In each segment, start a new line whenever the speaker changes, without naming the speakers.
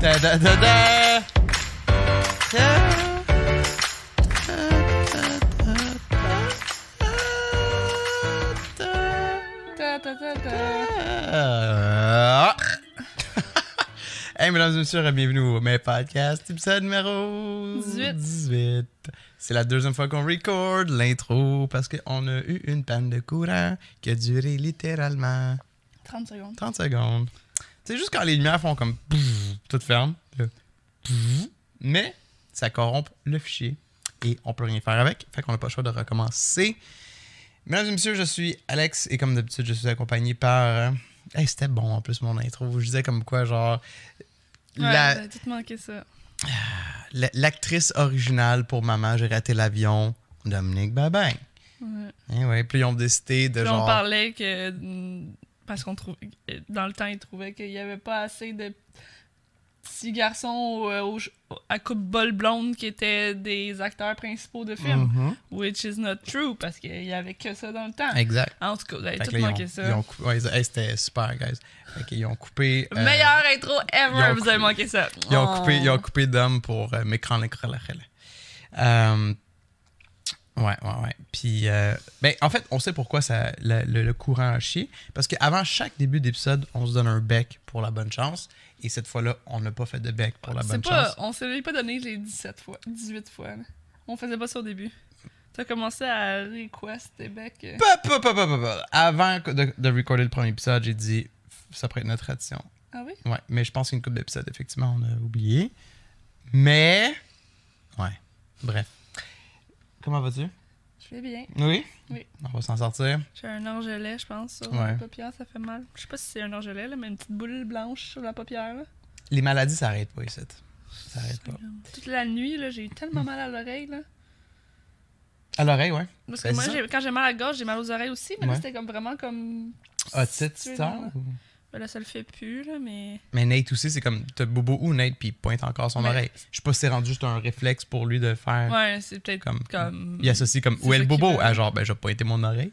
Da, da, da, da. Ah. hey, mesdames et messieurs, bienvenue au mes podcasts, épisode numéro
18.
18. C'est la deuxième fois qu'on record l'intro parce qu'on a eu une panne de courant qui a duré littéralement
30 secondes.
30 secondes. C'est juste quand les lumières font comme pfff, toutes fermes. là, pfff, Mais ça corrompt le fichier et on peut rien faire avec. Fait qu'on n'a pas le choix de recommencer. Mesdames et messieurs, je suis Alex et comme d'habitude, je suis accompagné par. euh, Hey, c'était bon en plus mon intro. Je disais comme quoi, genre.
Ouais,
la-
t'as tout manqué Ben, ça.
la- L'actrice originale pour Maman, j'ai raté l'avion, Dominique Babin.
Ouais.
Et ouais, puis ils ont décidé de
Puis
genre.
on parlait que. mm, Parce qu'on trouvait. Dans le temps, ils trouvaient qu'il n'y avait pas assez de petits garçons au- euh, au- au- à coupe bol blonde qui étaient des acteurs principaux de films.
Mhm.
Which is not true, parce qu'il n'y avait que ça dans le temps.
Exact.
En tout cas, vous avez
Fait que
tout
là, ils ont-
manqué
ils
ça.
ont cou- ouais, ils- hey, c'était super, guys. Fait qu'ils ont coupé. euh,
Meilleure intro
ils
ever,
ont
vous avez manqué ça.
Ils ont coupé,
Oh.
ils ont coupé d'hommes pour euh, Mekran Lekralakhala. Euh, ouais, ouais, ouais. Puis, euh, ben, en fait, on sait pourquoi ça, le, le- le courant a chié. Parce qu'avant chaque début d'épisode, on se donne un bec pour la bonne chance. Et cette fois-là, on n'a pas fait de bec pour la
C'est
bonne
pas,
chance.
On se l'est pas donné les 17 fois, 18 fois. là. On faisait pas ça au début. T'as commencé à request Québec. euh,
Pa, pa, pa, pa, pa, pa. Avant que de, de recorder le premier épisode, j'ai dit ça pourrait être notre tradition.
Ah oui?
Ouais, mais je pense qu'une couple d'épisodes, effectivement, on a oublié. Mais. Ouais, bref. Comment vas-tu?
Je vais bien.
Oui?
Oui.
On va s'en sortir.
J'ai un orgelet, je pense, sur
Ouais.
la paupière, ça fait mal. Je sais pas si c'est un orgelet, là, mais une petite boule blanche sur la paupière. Là.
Les maladies, ça arrête pas ici. Ça arrête pas.
Toute la nuit, là, j'ai eu tellement mal à l'oreille. là.
À l'oreille, ouais.
Parce
Ben,
que moi,
c'est ça.
j'ai- quand j'ai mal à la gorge, j'ai mal aux oreilles aussi, mais là,
Ouais.
c'était comme vraiment comme.
Otite,
situé
tu
dans-
sens?
Ben là, ça le fait plus, là, mais.
Mais Nate aussi, c'est comme t'as bobo ou Nate, puis il pointe encore son
Mais-
oreille. Je sais pas si c'est rendu juste un réflexe pour lui de faire.
Ouais, c'est peut-être
Comme-
comme.
Il associe comme
C'est
où est
ça
le
qu'il
bobo
veut.
à genre, ben j'ai pointé mon oreille.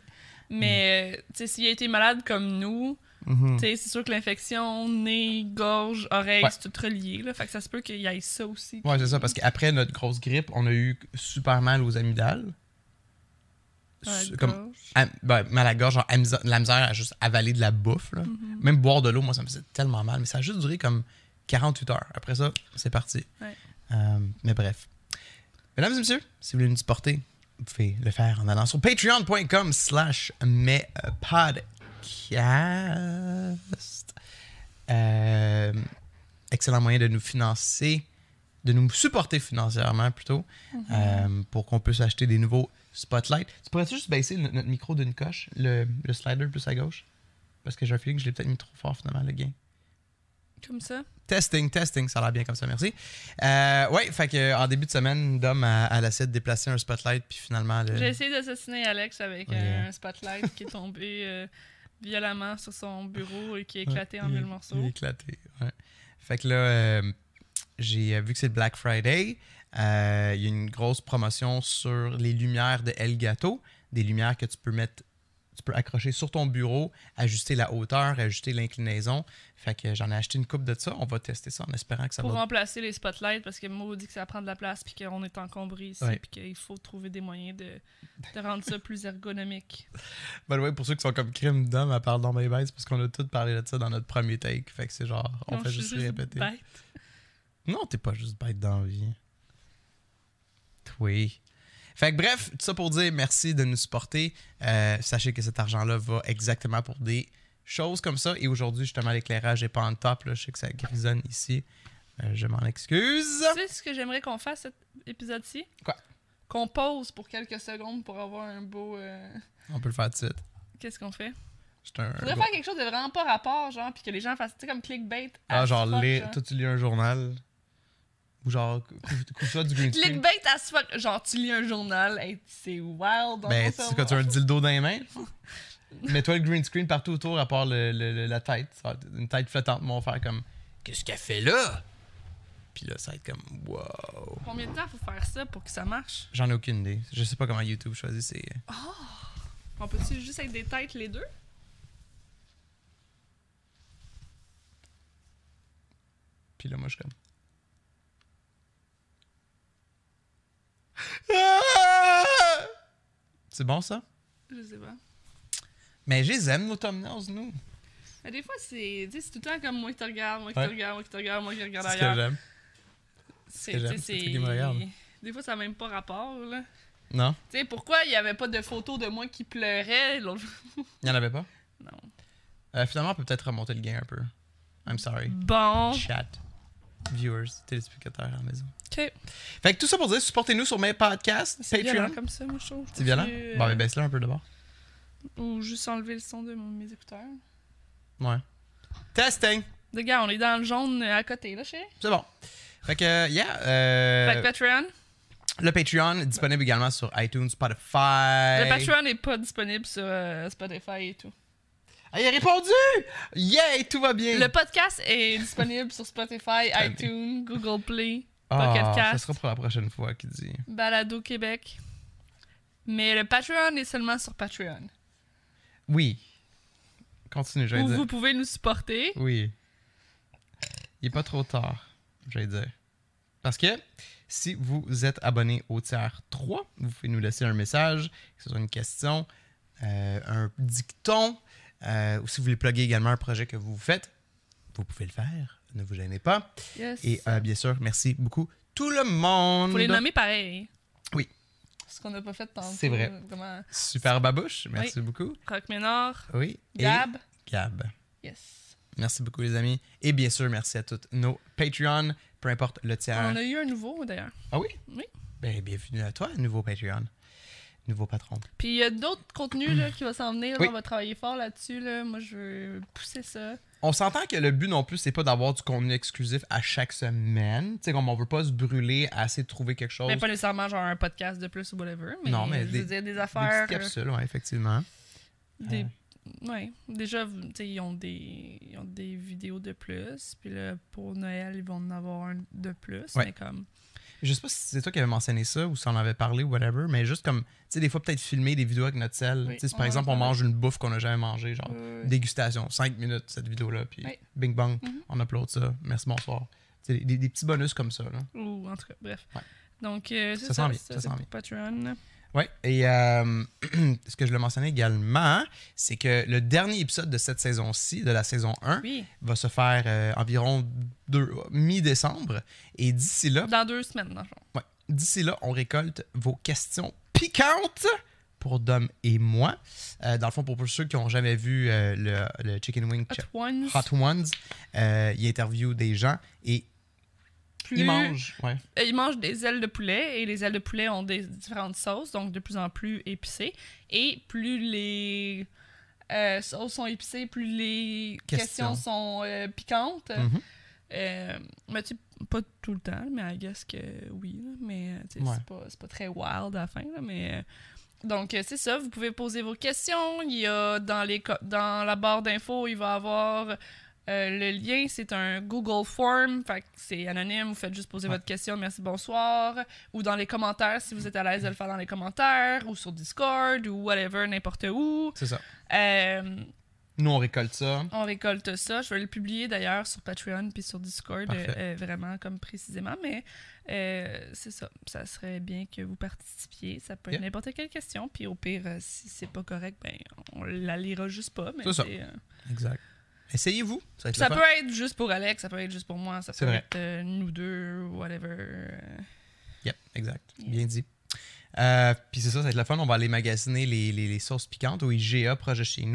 Mais, euh, tu sais, s'il a été malade comme nous,
Mhm.
Tu sais, c'est sûr que l'infection, nez, gorge, oreille,
Ouais.
c'est tout relié. Là, fait que ça se peut qu'il y ait ça aussi.
Ouais, c'est ça, parce qu'après notre grosse grippe, on a eu super mal aux amygdales.
dans la
Su- comme,
gorge.
am- ben, mal à la gorge, genre amisa- la misère à juste avaler de la bouffe. là. Même boire de l'eau, moi, ça me faisait tellement mal. Mais ça a juste duré comme 48 heures. Après ça, c'est parti.
Ouais.
Euh, mais bref. Mesdames et messieurs, si vous voulez nous supporter, vous pouvez le faire en allant sur patreon.com slash mespodcast. Euh, excellent moyen de nous financer, de nous supporter financièrement plutôt, euh, pour qu'on puisse acheter des nouveaux spotlights. Tu pourrais-tu juste baisser no- notre micro d'une coche, le, le slider plus à gauche? Parce que j'ai un feeling que je l'ai peut-être mis trop fort finalement, le gain.
Comme ça.
Testing, testing, ça a l'air bien comme ça, merci. Euh, ouais, fait que euh, en début de semaine, Dom a, elle essaie de déplacer un spotlight, puis finalement, le-
J'ai essayé d'assassiner Alex avec
Euh.
euh,
Ouais.
un spotlight qui est tombé euh, violemment sur son bureau et qui a éclaté en
Il-
mille
Il est
morceaux.
éclaté, ouais. Fait que là, euh, j'ai euh, vu que c'est le Black Friday. euh, Il y a une grosse promotion sur les lumières de Elgato, des lumières que tu peux mettre, tu peux accrocher sur ton bureau, ajuster la hauteur, ajuster l'inclinaison. Fait que j'en ai acheté une coupe de ça. On va tester ça en espérant que ça
Pour
va.
remplacer les spotlights, parce que Mo dit que ça prend de la place, puis qu'on est encombré ici,
Ouais.
puis qu'il faut trouver des moyens de, de rendre ça plus ergonomique.
By the way, pour ceux qui sont comme crime d'homme à part dans mes bêtes, c'est parce qu'on a tous parlé de ça dans notre premier take. Fait que c'est genre, on
Donc,
fait
je suis
juste, répéter.
bête.
Non, t'es pas juste bête d'envie. Oui. Fait que bref, tout ça pour dire merci de nous supporter. Euh, sachez que cet argent-là va exactement pour des choses comme ça. Et aujourd'hui, justement, l'éclairage n'est pas en top. Là. Je sais que ça grisonne ici. Euh, je m'en excuse.
Tu sais ce que j'aimerais qu'on fasse cet épisode-ci?
Quoi?
Qu'on pause pour quelques secondes pour avoir un beau. euh,
On peut le faire tout de suite.
Qu'est-ce qu'on fait?
C'est un.
Faudrait
gros-
faire quelque chose de vraiment pas rapport, genre, puis que les gens fassent, tu sais, comme clickbait.
Ah,
as
genre,
fuck,
lire- toi, tu lis un journal. Ou genre, cou- cou- couche-toi du green screen.
Clickbait as fuck. Genre, tu lis un journal, hey, c'est wild.
Ben,
on va
tu sais,
savoir.
quand tu as un dildo dans les mains, mets-toi le green screen partout autour, à part le- le- le- la tête. Ça va être une tête flottante, mon faire comme Qu'est-ce qu'elle fait là Puis là, ça va être comme Wow.
Combien de temps faut faire ça pour que ça marche?
J'en ai aucune idée. Je sais pas comment YouTube choisit ses.
On peut-tu juste être des têtes les deux?
Puis là, moi, je suis comme. C'est bon, ça?
Je sais pas.
Mais je les aime, nos thumbnails, nous.
Mais des fois, c'est tu sais, c'est tout le temps comme moi qui te regarde, moi qui
Ouais.
te regarde, moi qui te regarde, moi qui regarde
C'est ce que
ailleurs.
j'aime.
C'est
que
tu sais,
j'aime, c'est
c'est-
ce qui me regarde.
Des fois, ça n'a même pas rapport, là.
Non?
Tu sais, pourquoi il n'y avait pas de photo de moi qui pleurait l'autre jour?
Il n'y en avait pas?
Non.
Euh, finalement, on peut peut-être remonter le gain un peu. I'm sorry.
Bon.
Chat. Viewers, téléspectateurs à la maison.
Ok.
Fait que tout ça pour dire, supportez-nous sur mes podcasts,
C'est violent
Patreon.
comme ça, moi, je trouve.
C'est violent?
Peux-tu,
Bon,
euh,
ben baisse-le un peu d'abord.
Ou juste enlever le son de mon- mes écouteurs.
Ouais. Testing!
Les gars, on est dans le jaune euh, à côté, là, chérie.
C'est bon. Fait que, euh, yeah. euh,
Fait que Patreon.
le Patreon est disponible également sur iTunes, Spotify.
Le Patreon n'est pas disponible sur euh, Spotify et tout.
Ah, il a répondu! Yay, tout va bien!
Le podcast est disponible sur Spotify, iTunes, Google Play,
Ah,
Pocket
Ça
Cast.
sera pour la prochaine fois qu'il dit.
Balado Québec. Mais le Patreon est seulement sur Patreon.
Oui. Continue, j'allais
Où
dire.
vous pouvez nous supporter.
Oui. Il est pas trop tard, j'allais dire. Parce que si vous êtes abonné au tiers 3, vous pouvez nous laisser un message, que ce soit une question, euh, un dicton, euh, ou si vous voulez plugger également un projet que vous faites, vous pouvez le faire. Ne vous gênez pas.
Yes.
Et euh, bien sûr, merci beaucoup tout le monde.
Faut les nommer pareil.
Oui.
Ce qu'on n'a pas fait tantôt.
C'est vrai.
Comment...
Super Babouche, merci beaucoup.
Rock Ménard,
Oui. Et
Gab.
Gab.
Yes.
Merci beaucoup, les amis. Et bien sûr, merci à toutes nos Patreons, peu importe le tiers.
On a eu un nouveau, d'ailleurs.
Ah oui?
Oui.
Ben, bienvenue à toi, nouveau Patreon. Nouveau patron.
Puis il y a d'autres contenus là, qui vont s'en venir. là.
Oui.
On va travailler fort là-dessus. Là. Moi, je veux pousser ça.
On s'entend que le but non plus, c'est pas d'avoir du contenu exclusif à chaque semaine. Tu sais, comme on veut pas se brûler à essayer de trouver quelque chose.
Mais Ben, pas nécessairement genre un podcast de plus ou whatever. Mais
Non, mais
je
des-
veux dire, des
des
affaires.
petites capsules, ouais, effectivement.
euh, des-
Ah.
ouais. Déjà, vous- tu sais, ils ont des ils ont des vidéos de plus. Puis là, pour Noël, ils vont en avoir un de plus.
Ouais.
Mais comme.
Je sais pas si c'est toi qui avais mentionné ça ou si on en avait parlé ou whatever, mais juste comme, tu sais, des fois peut-être filmer des vidéos avec notre sel.
Oui,
tu sais,
on
par
en
exemple,
a
on
parlé.
mange une bouffe qu'on a jamais mangée, genre
euh,
dégustation, 5 minutes cette vidéo-là, puis
Oui.
bing bang,
Mhm.
on upload ça. Merci, bonsoir. Tu sais, des, des petits bonus comme ça, là.
Ou en tout cas, bref.
Ouais.
Donc, euh,
Ça
c'est
s'en
ça.
vient,
ça,
ça
c'est
s'en
pour Patreon.
Oui, et euh, ce que je le mentionnais également, c'est que le dernier épisode de cette saison-ci, de la saison 1,
Oui.
va se faire euh, environ deux- mi-décembre. Et d'ici là,
Dans deux semaines, dans le fond.
ouais, d'ici là, on récolte vos questions piquantes pour Dom et moi. Euh, dans le fond, pour, pour ceux qui n'ont jamais vu euh, le, le Chicken Wing Ch-
Hot Ones.
Hot Ones, euh, il interview des gens et
plus-
ils mangent. Ouais.
Euh, Ils mangent des ailes de poulet et les ailes de poulet ont des différentes sauces, donc de plus en plus épicées. Et plus les euh, sauces sont épicées, plus les
Question.
questions sont euh, piquantes.
Mhm.
Euh, mais tu sais, pas tout le temps, mais I guess que oui. là, mais euh, tu sais,
Ouais.
c'est pas, c'est pas très wild à la fin. là, mais, euh, donc, euh, c'est ça. Vous pouvez poser vos questions. Il y a dans, les, co- dans la barre d'infos, il va y avoir euh, le lien. C'est un Google Form. Fait que c'est anonyme. Vous faites juste poser
Ouais.
votre question. Merci, bonsoir. Ou dans les commentaires, si vous êtes à l'aise de le faire dans les commentaires. Ou sur Discord. Ou whatever, n'importe où.
C'est ça.
Euh,
Nous, on récolte ça.
on récolte ça. Je vais le publier d'ailleurs sur Patreon puis sur Discord,
Parfait.
euh, euh, vraiment comme précisément. Mais euh, c'est ça. Ça serait bien que vous participiez. Ça peut être
Yeah.
n'importe quelle question. Puis au pire, euh, si c'est pas correct, ben on la lira juste pas. mais
C'est ça.
c'est, euh,
Exact. Essayez-vous. Ça, va être
ça
le fun.
peut être juste pour Alex, ça peut être juste pour moi, ça
C'est
peut
vrai.
être euh, nous deux, whatever. euh,
Yep, exact.
Yeah.
Bien dit. Euh, Puis c'est ça, ça va être la fun. On va aller magasiner les, les- les sauces piquantes au IGA proche de chez nous.